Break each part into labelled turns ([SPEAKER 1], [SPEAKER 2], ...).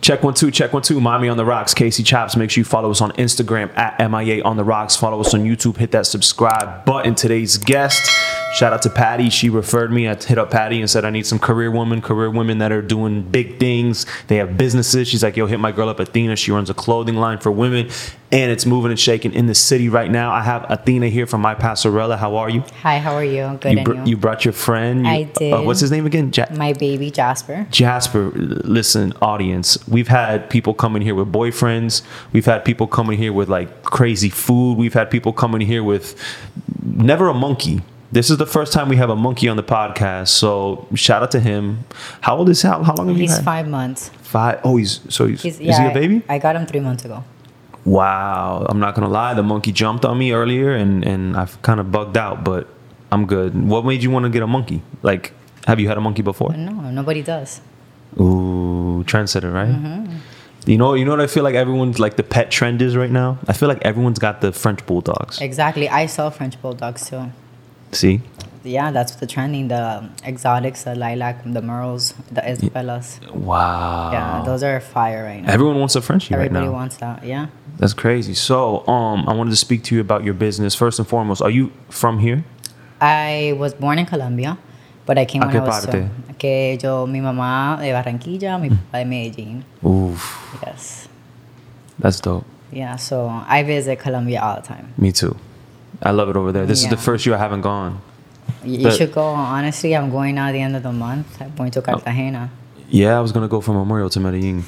[SPEAKER 1] Check one two, check one two. Mommy on the rocks, Casey Chops. Make sure you follow us on Instagram at MIA on the rocks. Follow us on YouTube. Hit that subscribe button. Today's guest, shout out to Patty. She referred me. I hit up Patty and said I need some career women, career women that are doing big things. They have businesses. She's like, yo, hit my girl up, Athena. She runs a clothing line for women, and it's moving and shaking in the city right now. I have Athena here from My Passerella. How are you?
[SPEAKER 2] Hi, how are you? Good.
[SPEAKER 1] You,
[SPEAKER 2] and
[SPEAKER 1] br- you brought your friend. You-
[SPEAKER 2] I did.
[SPEAKER 1] uh, what's his name again? Ja-
[SPEAKER 2] My baby Jasper.
[SPEAKER 1] Jasper, listen, audience, we've had people come in here with boyfriends. We've had people come in here with like crazy food. We've had people come in here with never a monkey. This is the first time we have a monkey on the podcast. So shout out to him. How old is how, how long have you
[SPEAKER 2] He's
[SPEAKER 1] had?
[SPEAKER 2] five months.
[SPEAKER 1] Five. Oh, he's so he's,
[SPEAKER 2] He's,
[SPEAKER 1] is he a baby?
[SPEAKER 2] I, I got him three months ago.
[SPEAKER 1] Wow. I'm not gonna lie, the monkey jumped on me earlier and and I've kind of bugged out, but I'm good. What made you want to get a monkey? Like, have you had a monkey before?
[SPEAKER 2] No, nobody does.
[SPEAKER 1] Ooh, trendsetter, right?
[SPEAKER 2] Mm-hmm.
[SPEAKER 1] You know, you know what I feel like everyone's like the pet trend is right now. I feel like everyone's got the French bulldogs.
[SPEAKER 2] Exactly. I saw French bulldogs too.
[SPEAKER 1] See,
[SPEAKER 2] Yeah, that's the trending. The um, exotics, the lilac, the merles, the isabellas.
[SPEAKER 1] wow.
[SPEAKER 2] Yeah, those are fire right now.
[SPEAKER 1] Everyone wants a Frenchie Oh. right
[SPEAKER 2] Everybody
[SPEAKER 1] now.
[SPEAKER 2] wants that. Yeah.
[SPEAKER 1] That's crazy. So, um, I wanted to speak to you about your business first and foremost. Are you from here?
[SPEAKER 2] I was born in Colombia, but I came
[SPEAKER 1] ¿A
[SPEAKER 2] when
[SPEAKER 1] qué
[SPEAKER 2] I was
[SPEAKER 1] parte? Mm.
[SPEAKER 2] two. Que yo, mi mamá de Barranquilla, mi papá de Medellín.
[SPEAKER 1] Oof,
[SPEAKER 2] Yes.
[SPEAKER 1] that's dope.
[SPEAKER 2] Yeah, so I visit Colombia all the time.
[SPEAKER 1] Me too. I love it over there. This is
[SPEAKER 2] Yeah.
[SPEAKER 1] the first year I haven't gone.
[SPEAKER 2] You, you
[SPEAKER 1] But- Oh.
[SPEAKER 2] should go. Honestly, I'm going now at the end of the month. I'm going to Cartagena.
[SPEAKER 1] Yeah, I was gonna go from Memorial to Medellin.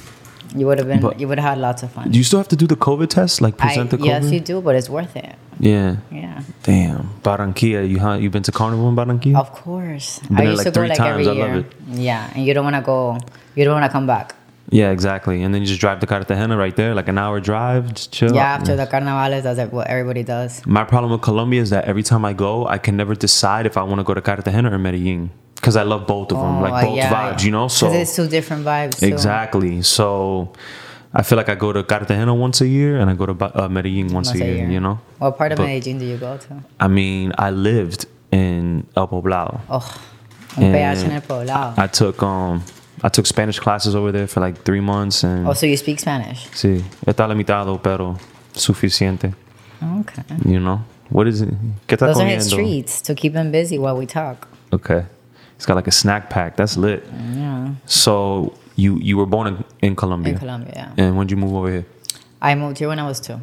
[SPEAKER 2] You would have been.
[SPEAKER 1] But-
[SPEAKER 2] you would have had lots of fun.
[SPEAKER 1] Do you still have to do the COVID test? Like
[SPEAKER 2] I-
[SPEAKER 1] present the COVID?
[SPEAKER 2] yes, you do, but it's worth it.
[SPEAKER 1] yeah.
[SPEAKER 2] Yeah,
[SPEAKER 1] Damn, Barranquilla. You huh, you been to Carnival in Barranquilla?
[SPEAKER 2] of course. I
[SPEAKER 1] there
[SPEAKER 2] used
[SPEAKER 1] like
[SPEAKER 2] to go
[SPEAKER 1] three
[SPEAKER 2] like every
[SPEAKER 1] times. I love
[SPEAKER 2] year.
[SPEAKER 1] it.
[SPEAKER 2] Yeah, and you don't want to go. You don't want to come back.
[SPEAKER 1] Yeah, exactly. And then you just drive to Cartagena right there, like an hour drive, just chill.
[SPEAKER 2] yeah, after the carnavales, that's like what everybody does.
[SPEAKER 1] My problem with Colombia is that every time I go, I can never decide if I want to go to Cartagena or Medellin because I love both of
[SPEAKER 2] Oh,
[SPEAKER 1] them, like both vibes, you know. So
[SPEAKER 2] because it's two different vibes. too.
[SPEAKER 1] exactly. So I feel like I go to Cartagena once a year and I go to Ba- uh, Medellin once,
[SPEAKER 2] Once
[SPEAKER 1] a, year, You know.
[SPEAKER 2] What part of
[SPEAKER 1] But-
[SPEAKER 2] Medellin do you go to?
[SPEAKER 1] I mean, I lived in El Poblado.
[SPEAKER 2] Oh, un pedazo en el poblado.
[SPEAKER 1] Eh, I took um, I took Spanish classes over there for like three months, and
[SPEAKER 2] oh, so you speak Spanish?
[SPEAKER 1] sí, está limitado pero suficiente.
[SPEAKER 2] Okay.
[SPEAKER 1] You know what is it? ¿Qué está
[SPEAKER 2] Those are his
[SPEAKER 1] comiendo?
[SPEAKER 2] streets to keep him busy while we talk.
[SPEAKER 1] Okay, it's got like a snack pack. That's lit.
[SPEAKER 2] Yeah,
[SPEAKER 1] So you you were born in, in Colombia,
[SPEAKER 2] in Colombia. Yeah.
[SPEAKER 1] and when did you move over here?
[SPEAKER 2] I moved here when I was two.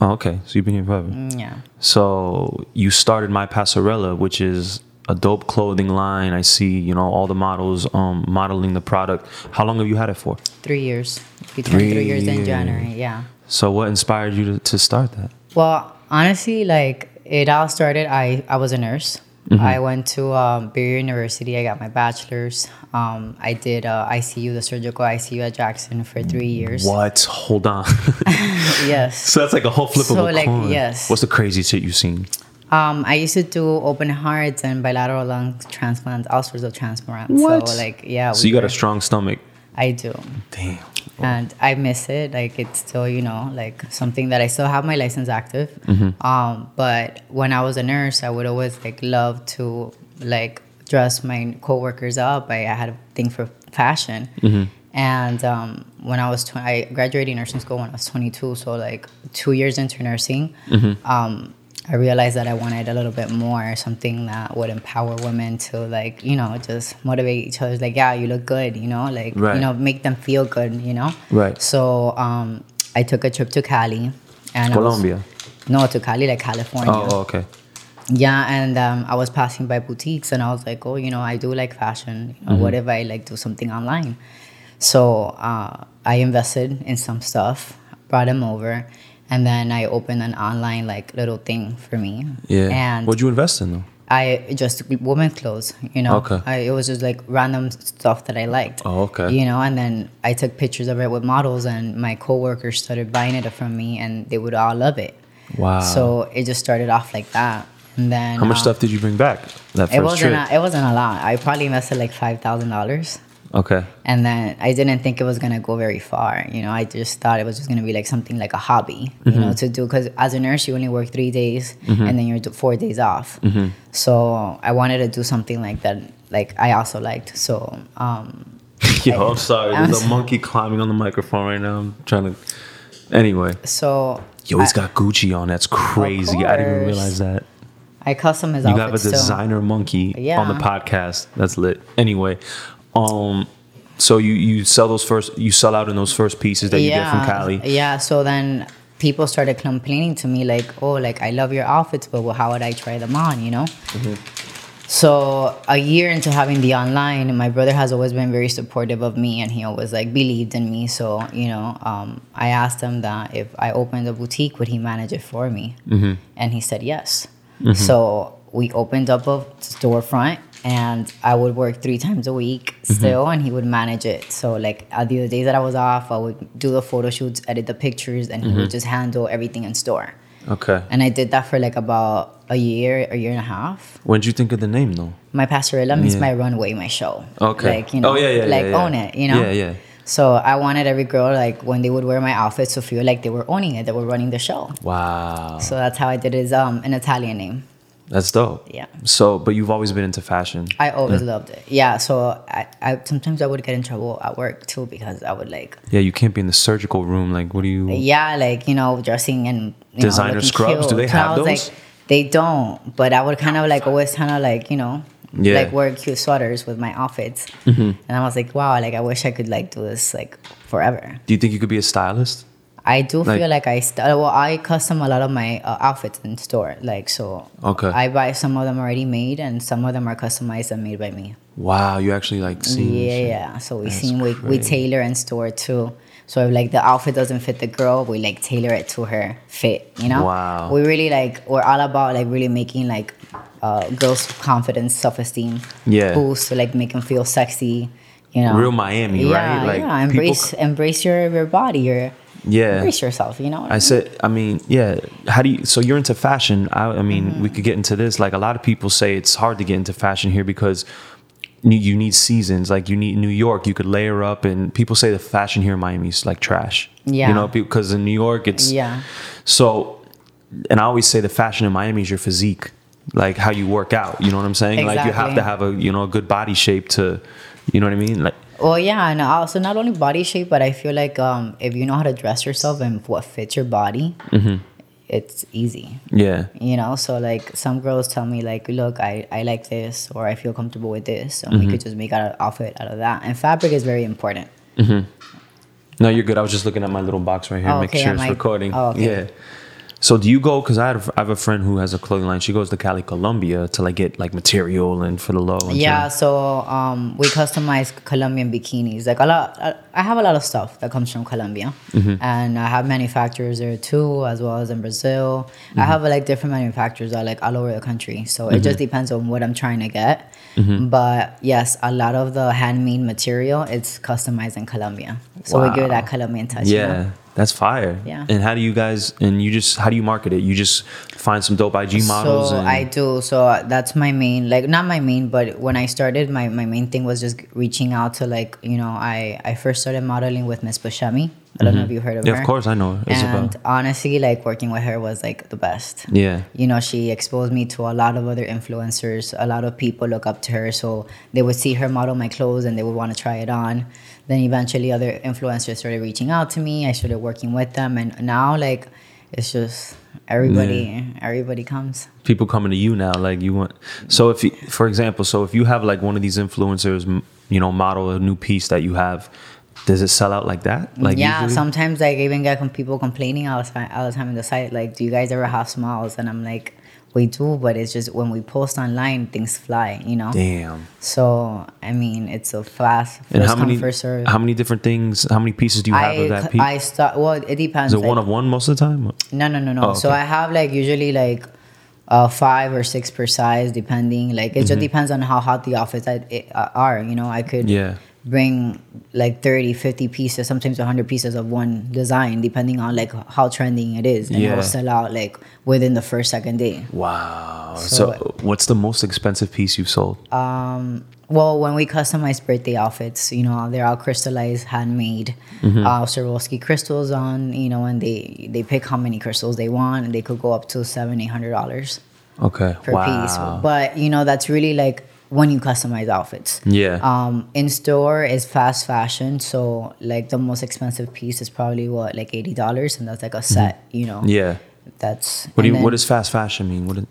[SPEAKER 1] Oh, okay. So you've been here forever.
[SPEAKER 2] Mm, Yeah.
[SPEAKER 1] So you started my Passerella, which is a dope clothing line. I see, you know, all the models um modeling the product. How long have you had it for?
[SPEAKER 2] Three years. We turned three,
[SPEAKER 1] Three
[SPEAKER 2] years in
[SPEAKER 1] years.
[SPEAKER 2] January. Yeah.
[SPEAKER 1] So what inspired you to, to start that?
[SPEAKER 2] Well, honestly, like it all started. I I was a nurse.
[SPEAKER 1] Mm-hmm.
[SPEAKER 2] I went to um, Beer University. I got my bachelor's. Um, I did uh, ICU, the surgical ICU at Jackson for three years.
[SPEAKER 1] What? Hold on.
[SPEAKER 2] Yes.
[SPEAKER 1] so that's like a whole flip
[SPEAKER 2] So,
[SPEAKER 1] of a
[SPEAKER 2] like,
[SPEAKER 1] coin.
[SPEAKER 2] yes.
[SPEAKER 1] What's the craziest shit you've seen?
[SPEAKER 2] Um, I used to do open hearts and bilateral lung transplants, all sorts of transplants.
[SPEAKER 1] What?
[SPEAKER 2] So like yeah.
[SPEAKER 1] So you got
[SPEAKER 2] were-
[SPEAKER 1] a strong stomach.
[SPEAKER 2] I do.
[SPEAKER 1] Damn.
[SPEAKER 2] and I miss it. Like it's still, you know, like something that I still have my license active. Um, but when I was a nurse, I would always like love to like dress my coworkers up. I, I had a thing for fashion. And um, when I was, tw- I graduated nursing school when I was 22. So like two years into nursing, um, I realized that I wanted a little bit more, something that would empower women to like, you know, just motivate each other. Like, yeah, you look good, you know, like,
[SPEAKER 1] Right.
[SPEAKER 2] you know, make them feel good, you know?
[SPEAKER 1] Right.
[SPEAKER 2] So um, I took a trip to Cali. And I was-
[SPEAKER 1] Colombia.
[SPEAKER 2] no, to Cali, like California.
[SPEAKER 1] Oh, oh, okay.
[SPEAKER 2] Yeah, and um, I was passing by boutiques and I was like, oh, you know, I do like fashion. You know, What
[SPEAKER 1] Mm-hmm.
[SPEAKER 2] if I like do something online? So uh, I invested in some stuff, brought him over, and then I opened an online like little thing for me.
[SPEAKER 1] Yeah.
[SPEAKER 2] And
[SPEAKER 1] What'd you invest in though?
[SPEAKER 2] I just women clothes, you know.
[SPEAKER 1] Okay.
[SPEAKER 2] I, it was just like random stuff that I liked.
[SPEAKER 1] Oh, okay.
[SPEAKER 2] You know, and then I took pictures of it with models, and my coworkers started buying it from me, and they would all love it.
[SPEAKER 1] Wow.
[SPEAKER 2] So it just started off like that, and then
[SPEAKER 1] Ah. How much
[SPEAKER 2] uh,
[SPEAKER 1] stuff did you bring back that first
[SPEAKER 2] It wasn't.
[SPEAKER 1] trip?
[SPEAKER 2] A, it wasn't a lot. I probably invested like five thousand dollars,
[SPEAKER 1] okay.
[SPEAKER 2] and then I didn't think it was gonna go very far. You know, I just thought it was just gonna be like something like a hobby, you
[SPEAKER 1] Mm-hmm.
[SPEAKER 2] know, to do because as a nurse you only work three days and then you're do- four days off.
[SPEAKER 1] Mm-hmm.
[SPEAKER 2] So I wanted to do something like that, like I also liked. So um,
[SPEAKER 1] Yo, I'm sorry.
[SPEAKER 2] I'm
[SPEAKER 1] There's a
[SPEAKER 2] so-
[SPEAKER 1] monkey climbing on the microphone right now. I'm trying to. Anyway,
[SPEAKER 2] So
[SPEAKER 1] yo, he's got Gucci on. That's crazy. I didn't even
[SPEAKER 2] course.
[SPEAKER 1] realize that.
[SPEAKER 2] I, I custom his
[SPEAKER 1] You
[SPEAKER 2] outfit
[SPEAKER 1] have a
[SPEAKER 2] still.
[SPEAKER 1] designer monkey
[SPEAKER 2] Yeah.
[SPEAKER 1] on the podcast. That's lit. Anyway, um, so you you sell those first. You sell out in those first pieces that you get from Cali.
[SPEAKER 2] Yeah. So then people started complaining to me like, "Oh, like I love your outfits, but well, how would I try them on?" You know. So a year into having the online, my brother has always been very supportive of me, and he always like believed in me. So you know, um, I asked him that if I opened a boutique, would he manage it for me? And he said yes. So we opened up a storefront, and I would work three times a week still, and he would manage it. So like uh, the days that I was off, I would do the photo shoots, edit the pictures, and he would just handle everything in store.
[SPEAKER 1] Okay.
[SPEAKER 2] And I did that for like about a year, a year and a half
[SPEAKER 1] When did you think of the name though?
[SPEAKER 2] my pastorella means
[SPEAKER 1] Yeah.
[SPEAKER 2] my runway, my show.
[SPEAKER 1] Okay.
[SPEAKER 2] Like, you know,
[SPEAKER 1] Oh, yeah, yeah, yeah,
[SPEAKER 2] like
[SPEAKER 1] yeah.
[SPEAKER 2] own it, you know?
[SPEAKER 1] Yeah, yeah.
[SPEAKER 2] So I wanted every girl, like, when they would wear my outfits to feel like they were owning it, they were running the show.
[SPEAKER 1] Wow,
[SPEAKER 2] So that's how I did it, is, um, an Italian name.
[SPEAKER 1] that's dope.
[SPEAKER 2] Yeah.
[SPEAKER 1] So, but you've always been into fashion.
[SPEAKER 2] I always loved it. Yeah. So I, I, sometimes I would get in trouble at work too because I would like,
[SPEAKER 1] Yeah, you can't be in the surgical room. Like, what do you?
[SPEAKER 2] yeah, like, you know, dressing and you
[SPEAKER 1] Designer
[SPEAKER 2] know, looking
[SPEAKER 1] scrubs, do
[SPEAKER 2] cute.
[SPEAKER 1] they
[SPEAKER 2] So I
[SPEAKER 1] have
[SPEAKER 2] was
[SPEAKER 1] those?
[SPEAKER 2] Like, they don't, but I would kind of like always kind of like, you know,
[SPEAKER 1] Yeah. Mm-hmm.
[SPEAKER 2] like wear cute sweaters with my outfits. And I was like, wow, like I wish I could like do this like forever.
[SPEAKER 1] Do you think you could be a stylist?
[SPEAKER 2] I do
[SPEAKER 1] Like-
[SPEAKER 2] feel like I st- uh, well I custom a lot of my uh, outfits in store like so
[SPEAKER 1] Okay.
[SPEAKER 2] I buy some of them already made and some of them are customized and made by me.
[SPEAKER 1] Wow, you actually like seeing.
[SPEAKER 2] yeah,
[SPEAKER 1] shit.
[SPEAKER 2] yeah. So we
[SPEAKER 1] That's
[SPEAKER 2] seem we, we
[SPEAKER 1] crazy.
[SPEAKER 2] tailor in store too. So if like the outfit doesn't fit the girl, we like tailor it to her fit, you know?
[SPEAKER 1] Wow.
[SPEAKER 2] We really like we're all about like really making like uh, girls confidence, self esteem
[SPEAKER 1] Yeah.
[SPEAKER 2] boost to like make them feel sexy, you know.
[SPEAKER 1] Real Miami,
[SPEAKER 2] yeah,
[SPEAKER 1] right? Like,
[SPEAKER 2] yeah,
[SPEAKER 1] people
[SPEAKER 2] embrace embrace your, your body, your
[SPEAKER 1] Yeah.
[SPEAKER 2] embrace yourself, you know. what
[SPEAKER 1] I said, I mean, yeah. How do you? So you're into fashion. I, I mean,
[SPEAKER 2] Mm-hmm.
[SPEAKER 1] we could get into this. Like a lot of people say, it's hard to get into fashion here because you, you need seasons. Like you need New York. You could layer up, and people say the fashion here in Miami is like trash.
[SPEAKER 2] Yeah.
[SPEAKER 1] you know, because in New York it's
[SPEAKER 2] Yeah.
[SPEAKER 1] So, and I always say the fashion in Miami is your physique, like how you work out. You know what I'm saying? Like you have
[SPEAKER 2] Exactly.
[SPEAKER 1] to have a you know a good body shape to, you know what I mean? Like
[SPEAKER 2] Well, yeah, and also not only body shape, but I feel like um, if you know how to dress yourself and what fits your body,
[SPEAKER 1] Mm-hmm.
[SPEAKER 2] it's easy.
[SPEAKER 1] yeah,
[SPEAKER 2] You know, so like some girls tell me like, look, I, I like this or I feel comfortable with this, and we could
[SPEAKER 1] Mm-hmm.
[SPEAKER 2] just make out an outfit out of that. And fabric is very important.
[SPEAKER 1] No, you're good. I was just looking at my little box right here,
[SPEAKER 2] Oh,
[SPEAKER 1] making
[SPEAKER 2] okay,
[SPEAKER 1] sure
[SPEAKER 2] am
[SPEAKER 1] it's
[SPEAKER 2] I-
[SPEAKER 1] recording.
[SPEAKER 2] oh, okay.
[SPEAKER 1] Yeah. So do you go? Because I have, I have a friend who has a clothing line. She goes to Cali, Colombia, to like get like material and for the low. And
[SPEAKER 2] Yeah,
[SPEAKER 1] to-
[SPEAKER 2] so um, we customize Colombian bikinis. Like a lot, I- I have a lot of stuff that comes from Colombia,
[SPEAKER 1] Mm-hmm.
[SPEAKER 2] and I have manufacturers there too, as well as in Brazil.
[SPEAKER 1] Mm-hmm.
[SPEAKER 2] I have uh, like different manufacturers that are like all over the country. So it
[SPEAKER 1] Mm-hmm.
[SPEAKER 2] just depends on what I'm trying to get. But yes, a lot of the handmade material it's customized in Colombia, so we give it
[SPEAKER 1] Wow.
[SPEAKER 2] that Colombian touch. you know?
[SPEAKER 1] yeah, that's fire.
[SPEAKER 2] Yeah.
[SPEAKER 1] And how do you guys? And you just how do you market it? You just find some dope IG models.
[SPEAKER 2] So
[SPEAKER 1] and,
[SPEAKER 2] I do. So uh, that's my main, like not my main, but when I started, my, my main thing was just reaching out to like you know I I first started modeling with Miss Bashami. I don't know if you heard of
[SPEAKER 1] Mm-hmm. yeah,
[SPEAKER 2] her.
[SPEAKER 1] of course I know. It's
[SPEAKER 2] And
[SPEAKER 1] about
[SPEAKER 2] honestly, like working with her was like the best.
[SPEAKER 1] yeah.
[SPEAKER 2] You know, she exposed me to a lot of other influencers. A lot of people look up to her, so they would see her model my clothes and they would want to try it on. Then eventually, other influencers started reaching out to me. I started working with them, and now like it's just everybody, everybody comes.
[SPEAKER 1] people coming to you now like you want so if you, for example so if you have like one of these influencers m- you know model a new piece that you have does it sell out like that like
[SPEAKER 2] yeah,
[SPEAKER 1] usually?
[SPEAKER 2] sometimes like even get com- people complaining all the time, all the time on the site, like, do you guys ever have smiles? And I'm like, we do, but it's just when we post online, things fly, you know.
[SPEAKER 1] damn
[SPEAKER 2] So I mean, it's a fast first
[SPEAKER 1] and how
[SPEAKER 2] come
[SPEAKER 1] many
[SPEAKER 2] first serve.
[SPEAKER 1] how many different things how many pieces do you have of
[SPEAKER 2] I
[SPEAKER 1] that
[SPEAKER 2] c-
[SPEAKER 1] piece
[SPEAKER 2] I start well, it depends.
[SPEAKER 1] is it
[SPEAKER 2] like-
[SPEAKER 1] one of one most of the time
[SPEAKER 2] no, no, no, no.
[SPEAKER 1] Oh,
[SPEAKER 2] So
[SPEAKER 1] okay.
[SPEAKER 2] I have like usually like uh, five or six per size, depending. Like it
[SPEAKER 1] Mm-hmm.
[SPEAKER 2] just depends on how hot the outfits I, it, uh, are. You know, I could
[SPEAKER 1] yeah
[SPEAKER 2] bring like 30 50 pieces sometimes 100 pieces of one design depending on like how trending it is and it
[SPEAKER 1] Yeah.
[SPEAKER 2] will sell out like within the first second day
[SPEAKER 1] wow so,
[SPEAKER 2] So-
[SPEAKER 1] what's the most expensive piece you've sold
[SPEAKER 2] um well when we customize birthday outfits you know they're all crystallized handmade uh Swarovski crystals on you know and they they pick how many crystals they want and they could go up to seven eight hundred dollars
[SPEAKER 1] okay
[SPEAKER 2] per
[SPEAKER 1] wow
[SPEAKER 2] piece but you know that's really like when you customize outfits.
[SPEAKER 1] Yeah.
[SPEAKER 2] Um, in store is fast fashion, so like the most expensive piece is probably what like eighty dollars, and that's like a set, you know.
[SPEAKER 1] Mm-hmm. Yeah.
[SPEAKER 2] That's
[SPEAKER 1] What do you,
[SPEAKER 2] and then-
[SPEAKER 1] what does fast fashion mean? What is,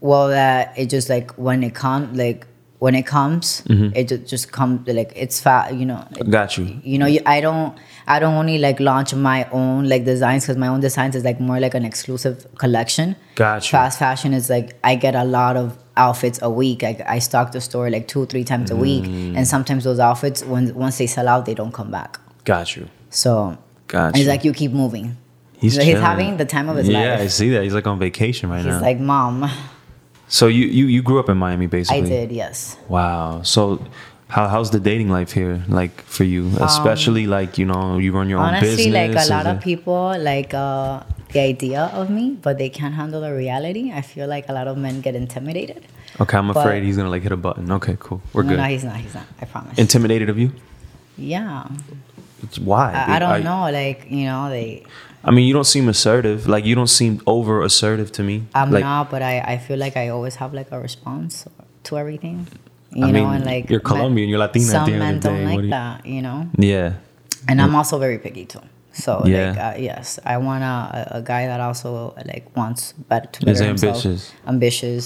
[SPEAKER 2] well that it just like when it comes like when it comes
[SPEAKER 1] Mm-hmm.
[SPEAKER 2] it just just comes like it's fat you know it-
[SPEAKER 1] got you.
[SPEAKER 2] you know you, i don't i don't only like launch my own like designs because my own designs is like more like an exclusive collection
[SPEAKER 1] Got you.
[SPEAKER 2] fast fashion is like i get a lot of outfits a week i, I stock the store like two three times a week
[SPEAKER 1] Mm.
[SPEAKER 2] and sometimes those outfits when once they sell out they don't come back
[SPEAKER 1] Got you.
[SPEAKER 2] so
[SPEAKER 1] Got you.
[SPEAKER 2] it's like you keep moving
[SPEAKER 1] He's
[SPEAKER 2] like, he's
[SPEAKER 1] chilling.
[SPEAKER 2] having the time of his
[SPEAKER 1] yeah, I
[SPEAKER 2] life
[SPEAKER 1] see that. He's like on vacation right
[SPEAKER 2] he's
[SPEAKER 1] now.
[SPEAKER 2] like mom
[SPEAKER 1] so you, you you grew up in Miami
[SPEAKER 2] i
[SPEAKER 1] basically.
[SPEAKER 2] did yes
[SPEAKER 1] Wow. So how how's the dating life here like for you, especially like you know you run your own business.
[SPEAKER 2] Um, honestly like
[SPEAKER 1] is
[SPEAKER 2] a lot
[SPEAKER 1] it-
[SPEAKER 2] of people like uh the idea of me but they can't handle the reality i feel like a lot of men get intimidated
[SPEAKER 1] Okay, I'm
[SPEAKER 2] but-
[SPEAKER 1] afraid he's gonna like hit a button. Okay, cool. We're
[SPEAKER 2] no
[SPEAKER 1] good.
[SPEAKER 2] no he's not he's not i promise
[SPEAKER 1] Intimidated of you?
[SPEAKER 2] yeah
[SPEAKER 1] It's why?
[SPEAKER 2] I, I
[SPEAKER 1] dude?
[SPEAKER 2] don't know like you know they
[SPEAKER 1] I mean, you don't seem assertive. Like you don't seem over assertive to me.
[SPEAKER 2] i'm
[SPEAKER 1] like,
[SPEAKER 2] not but i i feel like i always have like a response to everything you
[SPEAKER 1] I
[SPEAKER 2] know
[SPEAKER 1] mean,
[SPEAKER 2] and like
[SPEAKER 1] you're
[SPEAKER 2] men-
[SPEAKER 1] Colombian, you're Latina at
[SPEAKER 2] some
[SPEAKER 1] the end of
[SPEAKER 2] men
[SPEAKER 1] the day,
[SPEAKER 2] don't
[SPEAKER 1] what
[SPEAKER 2] like
[SPEAKER 1] do you-
[SPEAKER 2] that you know
[SPEAKER 1] Yeah.
[SPEAKER 2] and i'm also very picky too so like
[SPEAKER 1] Yeah.
[SPEAKER 2] uh, yes i want a, a guy that also like wants better to better
[SPEAKER 1] Is
[SPEAKER 2] himself.
[SPEAKER 1] ambitious.
[SPEAKER 2] ambitious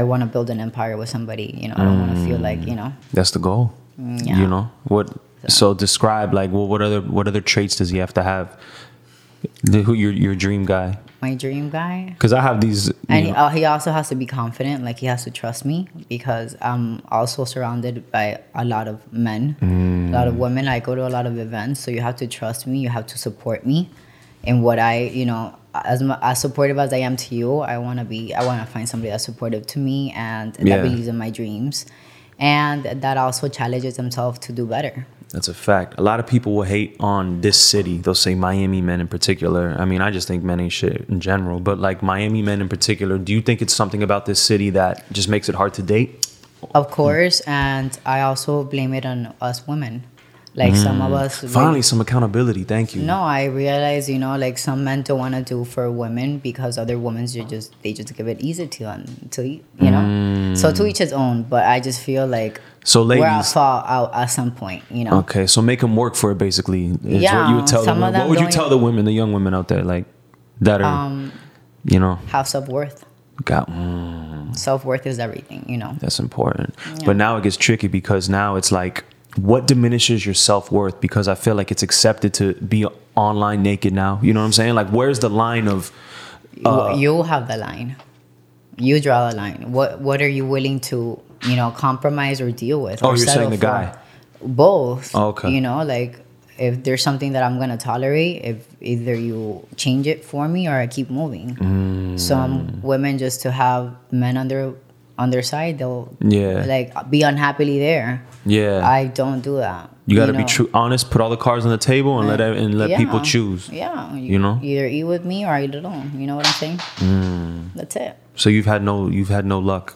[SPEAKER 2] i want to build an empire with somebody you know i don't want to feel
[SPEAKER 1] Mm.
[SPEAKER 2] like you know
[SPEAKER 1] That's the goal.
[SPEAKER 2] Mm, Yeah.
[SPEAKER 1] You know what? So describe like well, what other what other traits does he have to have? The, who your your dream guy?
[SPEAKER 2] my dream guy
[SPEAKER 1] Because I have these. you
[SPEAKER 2] and he,
[SPEAKER 1] know-
[SPEAKER 2] uh, he also has to be confident like he has to trust me because i'm also surrounded by a lot of men a lot of
[SPEAKER 1] Mm.
[SPEAKER 2] women i go to a lot of events so you have to trust me you have to support me in what i you know as, mu- as supportive as i am to you i want to be i want to find somebody that's supportive to me and
[SPEAKER 1] Yeah.
[SPEAKER 2] that believes in my dreams and that also challenges himself to do better
[SPEAKER 1] That's a fact. A lot of people will hate on this city. They'll say Miami men in particular. I mean, I just think men ain't shit in general, but like Miami men in particular, do you think it's something about this city that just makes it hard to date? Mm.
[SPEAKER 2] of course and i also blame it on us women like some of us really-
[SPEAKER 1] Mm. Finally, some accountability. Thank you.
[SPEAKER 2] No, I realize, you know, like some men don't want to do for women because other women they just they just give it easy to them to e- you know. So to each his own, but I just feel like
[SPEAKER 1] So,
[SPEAKER 2] we're at
[SPEAKER 1] Mm. ladies.
[SPEAKER 2] fault out at some point, you know.
[SPEAKER 1] Okay, so make them work for it. Basically, is what
[SPEAKER 2] Yeah,
[SPEAKER 1] you would tell the
[SPEAKER 2] some of
[SPEAKER 1] women. What
[SPEAKER 2] them
[SPEAKER 1] would you
[SPEAKER 2] don't
[SPEAKER 1] tell the women, the young women out there, like that are,
[SPEAKER 2] Um,
[SPEAKER 1] you know,
[SPEAKER 2] have self worth.
[SPEAKER 1] got. mm,
[SPEAKER 2] Self worth is everything, you know.
[SPEAKER 1] That's important. But now it gets tricky because now it's like, what diminishes your self worth? Because I feel like it's accepted to be online naked now. You know what I'm saying? Like, where's the line of?
[SPEAKER 2] You-
[SPEAKER 1] Uh,
[SPEAKER 2] you have the line. You draw the line. What What are you willing to you know compromise or deal with?
[SPEAKER 1] Oh,
[SPEAKER 2] or
[SPEAKER 1] you're saying
[SPEAKER 2] settle
[SPEAKER 1] the
[SPEAKER 2] for?
[SPEAKER 1] guy. Oh,
[SPEAKER 2] Both.
[SPEAKER 1] Okay.
[SPEAKER 2] You know, like if there's something that I'm gonna tolerate, if either you change it for me or I keep moving.
[SPEAKER 1] Mm.
[SPEAKER 2] Some women just to have men on their on their side, they'll
[SPEAKER 1] Yeah.
[SPEAKER 2] like be unhappily there.
[SPEAKER 1] Yeah,
[SPEAKER 2] I don't do that.
[SPEAKER 1] you got to be
[SPEAKER 2] know?
[SPEAKER 1] true, honest. Put all the cards on the table and let ev- and let people
[SPEAKER 2] Yeah.
[SPEAKER 1] choose.
[SPEAKER 2] Yeah.
[SPEAKER 1] You know?
[SPEAKER 2] either eat with me or eat alone. You know what I'm saying?
[SPEAKER 1] Mm.
[SPEAKER 2] That's it.
[SPEAKER 1] So you've had no you've had no luck.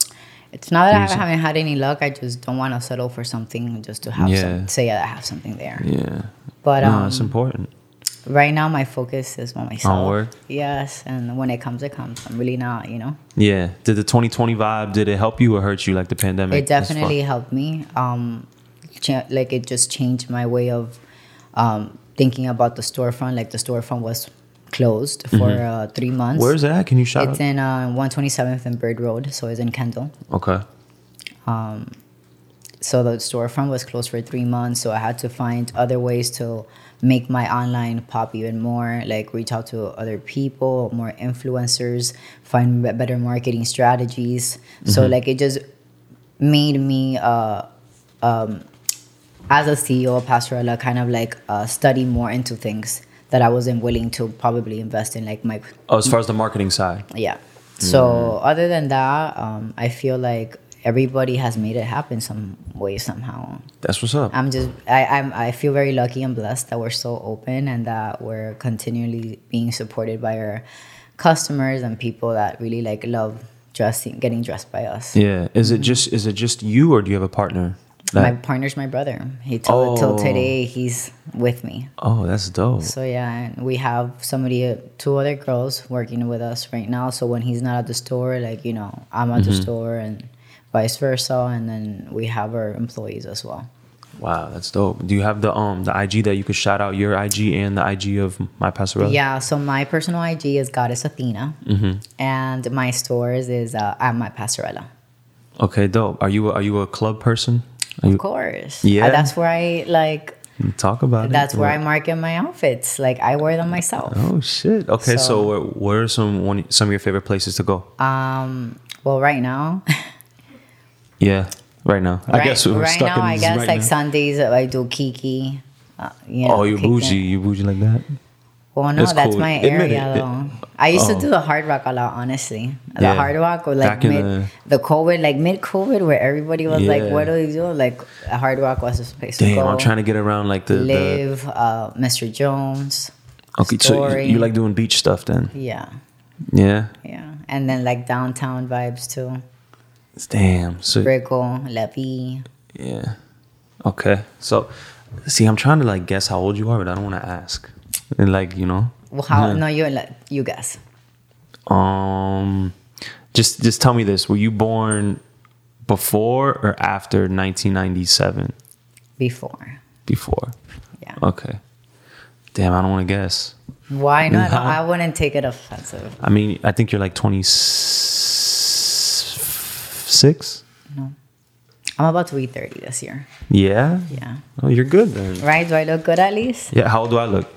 [SPEAKER 2] It's not that I
[SPEAKER 1] Reason.
[SPEAKER 2] haven't had any luck. I just don't want to settle for something just to have
[SPEAKER 1] Yeah.
[SPEAKER 2] some, say that I have something there.
[SPEAKER 1] Yeah,
[SPEAKER 2] But
[SPEAKER 1] no,
[SPEAKER 2] um,
[SPEAKER 1] it's important.
[SPEAKER 2] right now, my focus is on myself.
[SPEAKER 1] work?
[SPEAKER 2] Yes, and when it comes, it comes. I'm really not, you know.
[SPEAKER 1] Yeah, did the 2020 vibe did it help you or hurt you like the pandemic?
[SPEAKER 2] It
[SPEAKER 1] That's fun.
[SPEAKER 2] definitely helped me. Um, cha- like it just changed my way of um, thinking about the storefront. Like the storefront was closed for
[SPEAKER 1] Mm-hmm.
[SPEAKER 2] uh, three months.
[SPEAKER 1] Where's it at? Can you shout?
[SPEAKER 2] it's
[SPEAKER 1] out?
[SPEAKER 2] in uh, 127th and Bird Road, so it's in Kendall.
[SPEAKER 1] okay.
[SPEAKER 2] so the storefront was closed for three months so i had to find other ways to make my online pop even more like reach out to other people more influencers find be- better marketing strategies so like it just made me uh as a CEO of Pastorella, kind of like uh, study more into things that I wasn't willing to probably invest in, like my
[SPEAKER 1] Oh, as far as the marketing side.
[SPEAKER 2] yeah. So other than that, um, I feel like everybody has made it happen some way somehow.
[SPEAKER 1] That's what's up.
[SPEAKER 2] I'm just I I'm, I feel very lucky and blessed that we're so open and that we're continually being supported by our customers and people that really like love dressing getting dressed by us.
[SPEAKER 1] Yeah. Is it just is it just you or do you have a partner?
[SPEAKER 2] Mm-hmm. My
[SPEAKER 1] That,
[SPEAKER 2] partner's my brother. He till till
[SPEAKER 1] Oh.
[SPEAKER 2] today he's with me.
[SPEAKER 1] oh, that's dope.
[SPEAKER 2] So yeah, and we have somebody uh, two other
[SPEAKER 1] Mm-hmm.
[SPEAKER 2] girls working with us right now. So when he's not at the store, like you know, I'm at the store and vice versa, and then we have our employees as well.
[SPEAKER 1] Wow, that's dope. Do you have the um the IG that you could shout out your IG and the IG of my Passerella?
[SPEAKER 2] Yeah, so my personal IG is Goddess Athena,
[SPEAKER 1] Mm-hmm.
[SPEAKER 2] and my stores is uh, at my Passerella.
[SPEAKER 1] Okay, dope. Are you a, are you a club person? Are you,
[SPEAKER 2] Of course.
[SPEAKER 1] Yeah.
[SPEAKER 2] Uh, that's where I like.
[SPEAKER 1] Talk about it.
[SPEAKER 2] That's where I
[SPEAKER 1] What-
[SPEAKER 2] market my outfits. Like I wear them myself.
[SPEAKER 1] Oh shit. Okay, so,
[SPEAKER 2] So-
[SPEAKER 1] where, where are some one some of your favorite places to go?
[SPEAKER 2] Um. Well, right now,
[SPEAKER 1] yeah, right now. I
[SPEAKER 2] right,
[SPEAKER 1] guess we're
[SPEAKER 2] right
[SPEAKER 1] stuck
[SPEAKER 2] now,
[SPEAKER 1] in
[SPEAKER 2] I guess
[SPEAKER 1] right
[SPEAKER 2] like
[SPEAKER 1] now.
[SPEAKER 2] Sundays I do Kiki. Uh, you know,
[SPEAKER 1] Oh, you
[SPEAKER 2] Kiki.
[SPEAKER 1] bougie, you bougie like that.
[SPEAKER 2] Well, no,
[SPEAKER 1] It's
[SPEAKER 2] that's,
[SPEAKER 1] cool.
[SPEAKER 2] my
[SPEAKER 1] Admit
[SPEAKER 2] area
[SPEAKER 1] it.
[SPEAKER 2] though. I used
[SPEAKER 1] Oh.
[SPEAKER 2] to do the hard rock a lot, honestly. The
[SPEAKER 1] Yeah.
[SPEAKER 2] hard rock, or
[SPEAKER 1] Back
[SPEAKER 2] like
[SPEAKER 1] in
[SPEAKER 2] mid,
[SPEAKER 1] the-
[SPEAKER 2] the... COVID, like mid COVID, where everybody was
[SPEAKER 1] Yeah.
[SPEAKER 2] like, "What do we do?" Like a hard rock was this place to
[SPEAKER 1] Damn,
[SPEAKER 2] go.
[SPEAKER 1] I'm trying to get around like the, the
[SPEAKER 2] live, uh, Mr. Jones.
[SPEAKER 1] okay. So
[SPEAKER 2] story.
[SPEAKER 1] you, you like doing beach stuff then?
[SPEAKER 2] Yeah,
[SPEAKER 1] Yeah.
[SPEAKER 2] yeah, and then like downtown vibes too.
[SPEAKER 1] Damn. So
[SPEAKER 2] Brickle, Levy.
[SPEAKER 1] yeah. Okay. So see, I'm trying to like guess how old you are, but I don't want to ask. And like you know,
[SPEAKER 2] Well, how? No, you like, you guess.
[SPEAKER 1] um, just just tell me this: Were you born before or after 1997?
[SPEAKER 2] Before,
[SPEAKER 1] Before.
[SPEAKER 2] yeah.
[SPEAKER 1] Okay. Damn, I don't want to guess.
[SPEAKER 2] Why not?
[SPEAKER 1] How-
[SPEAKER 2] I wouldn't take it offensive.
[SPEAKER 1] I mean, I think you're like 26.
[SPEAKER 2] I'm about to be 30 this year.
[SPEAKER 1] Yeah.
[SPEAKER 2] Yeah.
[SPEAKER 1] Oh, you're good then.
[SPEAKER 2] Right? Do I look good at least?
[SPEAKER 1] Yeah. How old do I look?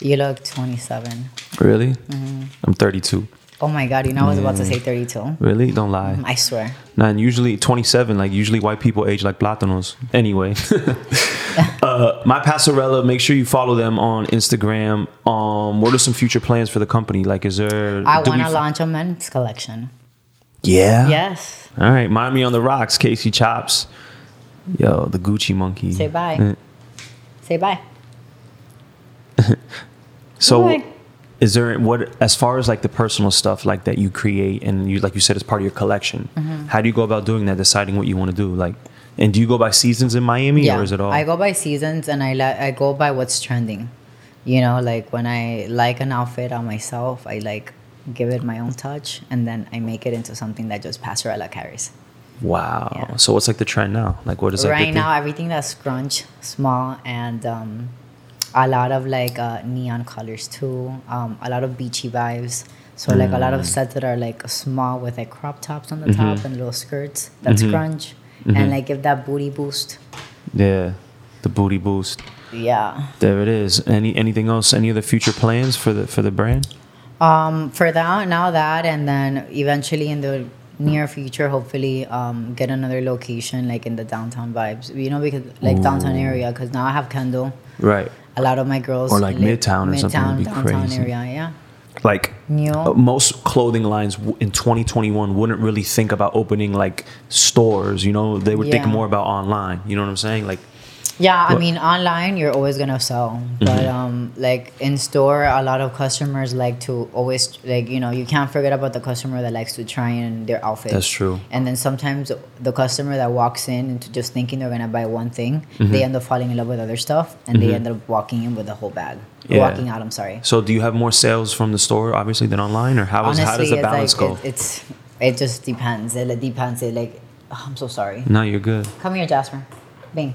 [SPEAKER 2] You look 27.
[SPEAKER 1] Really? I'm 32.
[SPEAKER 2] Oh my God, you know, I was about to say 32.
[SPEAKER 1] Really? Don't lie.
[SPEAKER 2] I swear.
[SPEAKER 1] Nah, and usually 27, like usually white people age like platanos. Anyway, uh, my passerella, make sure you follow them on Instagram. Um, what are some future plans for the company? Like, is there.
[SPEAKER 2] I
[SPEAKER 1] do we
[SPEAKER 2] want to
[SPEAKER 1] f-
[SPEAKER 2] launch a men's collection.
[SPEAKER 1] Yeah.
[SPEAKER 2] Yes.
[SPEAKER 1] All right. Miami on the rocks, Casey Chops. Yo, the Gucci monkey.
[SPEAKER 2] Say bye.
[SPEAKER 1] Eh.
[SPEAKER 2] Say bye.
[SPEAKER 1] So,
[SPEAKER 2] Right.
[SPEAKER 1] is there what as far as like the personal stuff like that you create and you like you said it's part of your collection?
[SPEAKER 2] Mm-hmm.
[SPEAKER 1] How do you go about doing that? Deciding what you want to do, like, and do you go by seasons in Miami
[SPEAKER 2] Yeah.
[SPEAKER 1] or is it all?
[SPEAKER 2] I go by seasons and I, li- I go by what's trending. You know, like when I like an outfit on myself, I like give it my own touch and then I make it into something that just Passerella carries.
[SPEAKER 1] wow.
[SPEAKER 2] Yeah.
[SPEAKER 1] So what's like the trend now? Like what is like the
[SPEAKER 2] right
[SPEAKER 1] thing-
[SPEAKER 2] now, everything that's scrunch, small, and um, a lot of like uh, neon colors too. Um, a lot of beachy vibes. So like a lot of sets that are like small with like crop tops on the top and little skirts that scrunch and like give that booty boost.
[SPEAKER 1] Yeah, the booty boost.
[SPEAKER 2] Yeah.
[SPEAKER 1] There it is. Any anything else? Any other future plans for the for the brand?
[SPEAKER 2] Um, for that, now that, and then eventually in the near future, hopefully, um, get another location like in the downtown vibes. You know, because like downtown area, because now I have Kendall.
[SPEAKER 1] Right.
[SPEAKER 2] A lot of my girls
[SPEAKER 1] Or, like,
[SPEAKER 2] live
[SPEAKER 1] Midtown or something would be
[SPEAKER 2] downtown
[SPEAKER 1] crazy.
[SPEAKER 2] area, yeah.
[SPEAKER 1] like
[SPEAKER 2] New.
[SPEAKER 1] uh, most clothing lines w- in 2021 wouldn't really think about opening like stores you know they would think
[SPEAKER 2] Yeah.
[SPEAKER 1] more about online you know what i'm saying like
[SPEAKER 2] Yeah, I mean, online you're always gonna sell,
[SPEAKER 1] Mm-hmm.
[SPEAKER 2] but um, like in store, a lot of customers like to always like you know you can't forget about the customer that likes to try in their outfit.
[SPEAKER 1] That's true.
[SPEAKER 2] And then sometimes the customer that walks in into just thinking they're gonna buy one thing,
[SPEAKER 1] Mm-hmm.
[SPEAKER 2] they end up falling in love with other stuff, and they end up walking in with a whole bag.
[SPEAKER 1] Yeah.
[SPEAKER 2] Walking out, I'm sorry.
[SPEAKER 1] so do you have more sales from the store obviously than online or how is how does the balance
[SPEAKER 2] it's
[SPEAKER 1] go
[SPEAKER 2] like it, it's it just depends. It, depends. It like oh, I'm so sorry.
[SPEAKER 1] no you're good
[SPEAKER 2] Come here, Jasper. Bing.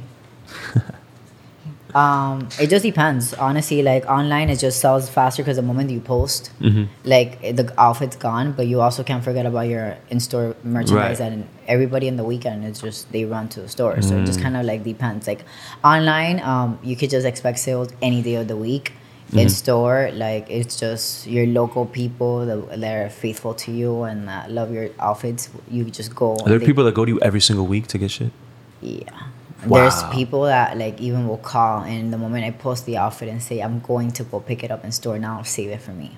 [SPEAKER 2] um, it just depends. Honestly, like online, it just sells faster because the moment you post,
[SPEAKER 1] Mm-hmm.
[SPEAKER 2] like the outfit's gone. But you also can't forget about your in-store merchandise,
[SPEAKER 1] Right.
[SPEAKER 2] and everybody in the weekend is just they run to the store. So it
[SPEAKER 1] Mm.
[SPEAKER 2] just kind of like depends. Like online, um, you could just expect sales any day of the week. In
[SPEAKER 1] Mm-hmm.
[SPEAKER 2] store, like it's just your local people that, that are faithful to you and uh, love your outfits. You just go.
[SPEAKER 1] are there
[SPEAKER 2] they-
[SPEAKER 1] people that go to you every single week to get shit
[SPEAKER 2] yeah. There's
[SPEAKER 1] Wow.
[SPEAKER 2] people that like even will call and the moment I post the outfit and say I'm going to go pick it up in store now, save it for me.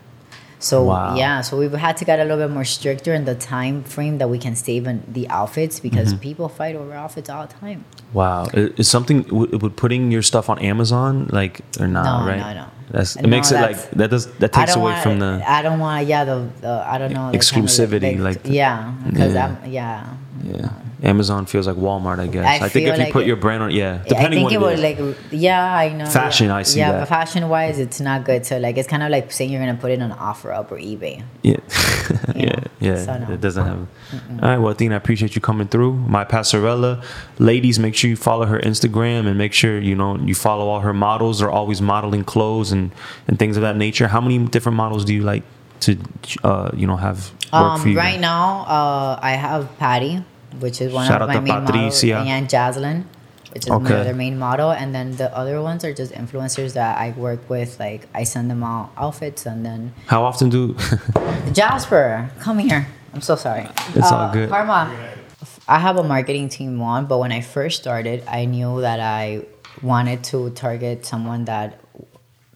[SPEAKER 2] So
[SPEAKER 1] Wow.
[SPEAKER 2] yeah, so we've had to get a little bit more stricter in the time frame that we can save in the outfits because
[SPEAKER 1] Mm-hmm.
[SPEAKER 2] people fight over outfits all the time.
[SPEAKER 1] wow I- is something w- would putting your stuff on amazon like or not
[SPEAKER 2] No,
[SPEAKER 1] right
[SPEAKER 2] no, no.
[SPEAKER 1] that's it
[SPEAKER 2] No,
[SPEAKER 1] makes it
[SPEAKER 2] that's-
[SPEAKER 1] like that does that
[SPEAKER 2] I
[SPEAKER 1] takes
[SPEAKER 2] don't
[SPEAKER 1] away
[SPEAKER 2] want,
[SPEAKER 1] from the
[SPEAKER 2] I don't want yeah the, the I don't know like, kind of
[SPEAKER 1] Exclusivity, like the-
[SPEAKER 2] yeah because
[SPEAKER 1] Yeah.
[SPEAKER 2] I'm yeah
[SPEAKER 1] yeah Amazon feels like Walmart, I guess.
[SPEAKER 2] I
[SPEAKER 1] I, think
[SPEAKER 2] feel
[SPEAKER 1] if you
[SPEAKER 2] like
[SPEAKER 1] put
[SPEAKER 2] it-
[SPEAKER 1] your brand on, yeah,
[SPEAKER 2] I
[SPEAKER 1] depending
[SPEAKER 2] think
[SPEAKER 1] what
[SPEAKER 2] it
[SPEAKER 1] it
[SPEAKER 2] would
[SPEAKER 1] is.
[SPEAKER 2] like yeah, I know.
[SPEAKER 1] Fashion, I see
[SPEAKER 2] Yeah,
[SPEAKER 1] that.
[SPEAKER 2] but fashion wise, it's not good to like. It's kind of like saying you're gonna put it on offer up or eBay.
[SPEAKER 1] Yeah.
[SPEAKER 2] You
[SPEAKER 1] yeah.
[SPEAKER 2] know,
[SPEAKER 1] Yeah.
[SPEAKER 2] so no.
[SPEAKER 1] It doesn't happen. All right. Well, Athena, I appreciate you coming through. My Passarella. Ladies, make sure you follow her Instagram and make sure, you know, you follow all her models. They're always modeling clothes and, and things of that nature. How many different models do you like to, uh, you know, have work for
[SPEAKER 2] Um,
[SPEAKER 1] you?
[SPEAKER 2] right now, uh, I have Patty, which is one
[SPEAKER 1] Shout
[SPEAKER 2] of
[SPEAKER 1] out
[SPEAKER 2] my
[SPEAKER 1] to
[SPEAKER 2] main
[SPEAKER 1] Patricia.
[SPEAKER 2] models, and Jaslyn, which is
[SPEAKER 1] Okay.
[SPEAKER 2] my other main model, and then the other ones are just influencers that I work with. Like I send them out outfits, and then
[SPEAKER 1] How often do,
[SPEAKER 2] Jasper, come here. I'm so sorry. Uh,
[SPEAKER 1] It's all good.
[SPEAKER 2] Karma, I have a marketing team on, but when I first started, I knew that I wanted to target someone that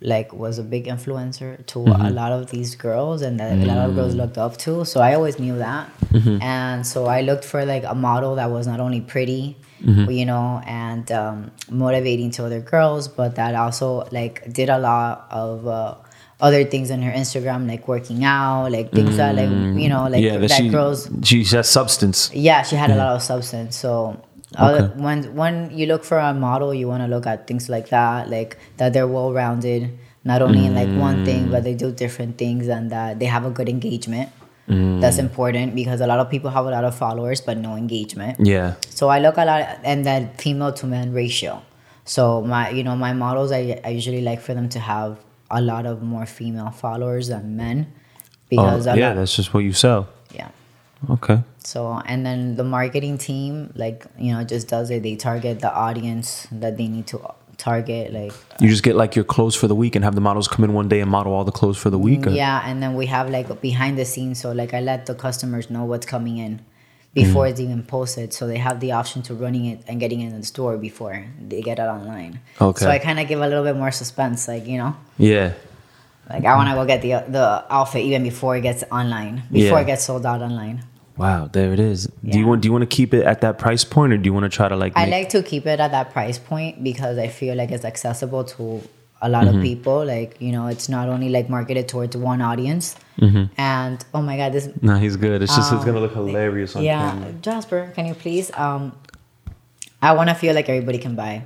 [SPEAKER 2] like was a big influencer to a
[SPEAKER 1] Mm-hmm.
[SPEAKER 2] lot of these girls and that a lot of
[SPEAKER 1] Mm.
[SPEAKER 2] girls looked up to. So I always knew that.
[SPEAKER 1] Mm-hmm.
[SPEAKER 2] And so I looked for like a model that was not only pretty,
[SPEAKER 1] Mm-hmm.
[SPEAKER 2] you know, and um, motivating to other girls, but that also like did a lot of uh, other things on her Instagram, like working out, like things that like, you know, like
[SPEAKER 1] Mm. yeah, that,
[SPEAKER 2] that
[SPEAKER 1] she,
[SPEAKER 2] girls
[SPEAKER 1] she has substance.
[SPEAKER 2] yeah, she had a lot of substance. So uh, when when you look for a model, you want to look at things like that, like that they're well rounded, not only in like one thing, but they do different things, and that they have a good engagement. That's
[SPEAKER 1] Mm.
[SPEAKER 2] important because a lot of people have a lot of followers but no engagement.
[SPEAKER 1] Yeah.
[SPEAKER 2] So I look a lot and that female to man ratio. So my you know my models I, I usually like for them to have a lot of more female followers than men
[SPEAKER 1] Oh,
[SPEAKER 2] because a
[SPEAKER 1] yeah.
[SPEAKER 2] lot,
[SPEAKER 1] That's just what you sell.
[SPEAKER 2] yeah.
[SPEAKER 1] Okay.
[SPEAKER 2] So and then the marketing team, like you know, just does it. They target the audience that they need to target. Like
[SPEAKER 1] You just get like your clothes for the week and have the models come in one day and model all the clothes for the week. or-
[SPEAKER 2] yeah, and then we have like behind the scenes. So like I let the customers know what's coming in
[SPEAKER 1] Mm-hmm.
[SPEAKER 2] before it's even posted, so they have the option to running it and getting it in the store before they get it online.
[SPEAKER 1] Okay.
[SPEAKER 2] So I kind of give a little bit more suspense, like you know.
[SPEAKER 1] Yeah.
[SPEAKER 2] Like I want to go get the the outfit even before it gets online, before
[SPEAKER 1] Yeah.
[SPEAKER 2] it gets sold out online.
[SPEAKER 1] Wow, there it is. Do you
[SPEAKER 2] Yeah.
[SPEAKER 1] want do you want to keep it at that price point or do you want to try to like
[SPEAKER 2] I
[SPEAKER 1] make-
[SPEAKER 2] like to keep it at that price point because I feel like it's accessible to a lot
[SPEAKER 1] Mm-hmm.
[SPEAKER 2] of people. Like, you know, it's not only like marketed towards one audience.
[SPEAKER 1] Mm-hmm.
[SPEAKER 2] And oh my God, this,
[SPEAKER 1] No, he's good. It's just it's going to look hilarious on
[SPEAKER 2] Oh. yeah,
[SPEAKER 1] camera.
[SPEAKER 2] Jasper, can you please? Um, I want to feel like everybody can buy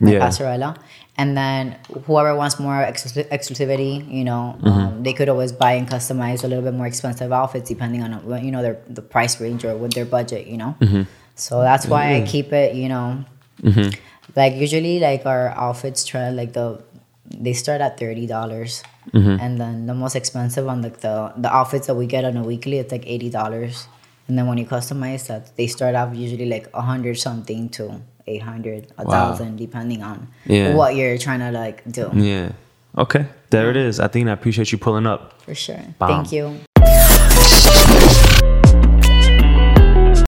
[SPEAKER 2] my
[SPEAKER 1] Yeah.
[SPEAKER 2] passerella. And then whoever wants more exclu- exclusivity, you know,
[SPEAKER 1] Mm-hmm.
[SPEAKER 2] um, they could always buy and customize a little bit more expensive outfits depending on, uh, you know, their the price range or with their budget, you know.
[SPEAKER 1] Mm-hmm.
[SPEAKER 2] So that's why I keep it, you know, like usually like our outfits trend like the they start at thirty dollars,
[SPEAKER 1] Mm-hmm.
[SPEAKER 2] and then the most expensive on like the the outfits that we get on a weekly it's like eighty dollars, and then when you customize that they start off usually like a hundred something to eight hundred a
[SPEAKER 1] Wow.
[SPEAKER 2] thousand depending on
[SPEAKER 1] Yeah. Mm.
[SPEAKER 2] what you're trying to like do
[SPEAKER 1] Yeah. Okay. There it is. I think I appreciate you pulling up.
[SPEAKER 2] for sure.
[SPEAKER 1] Bomb.
[SPEAKER 2] Thank you.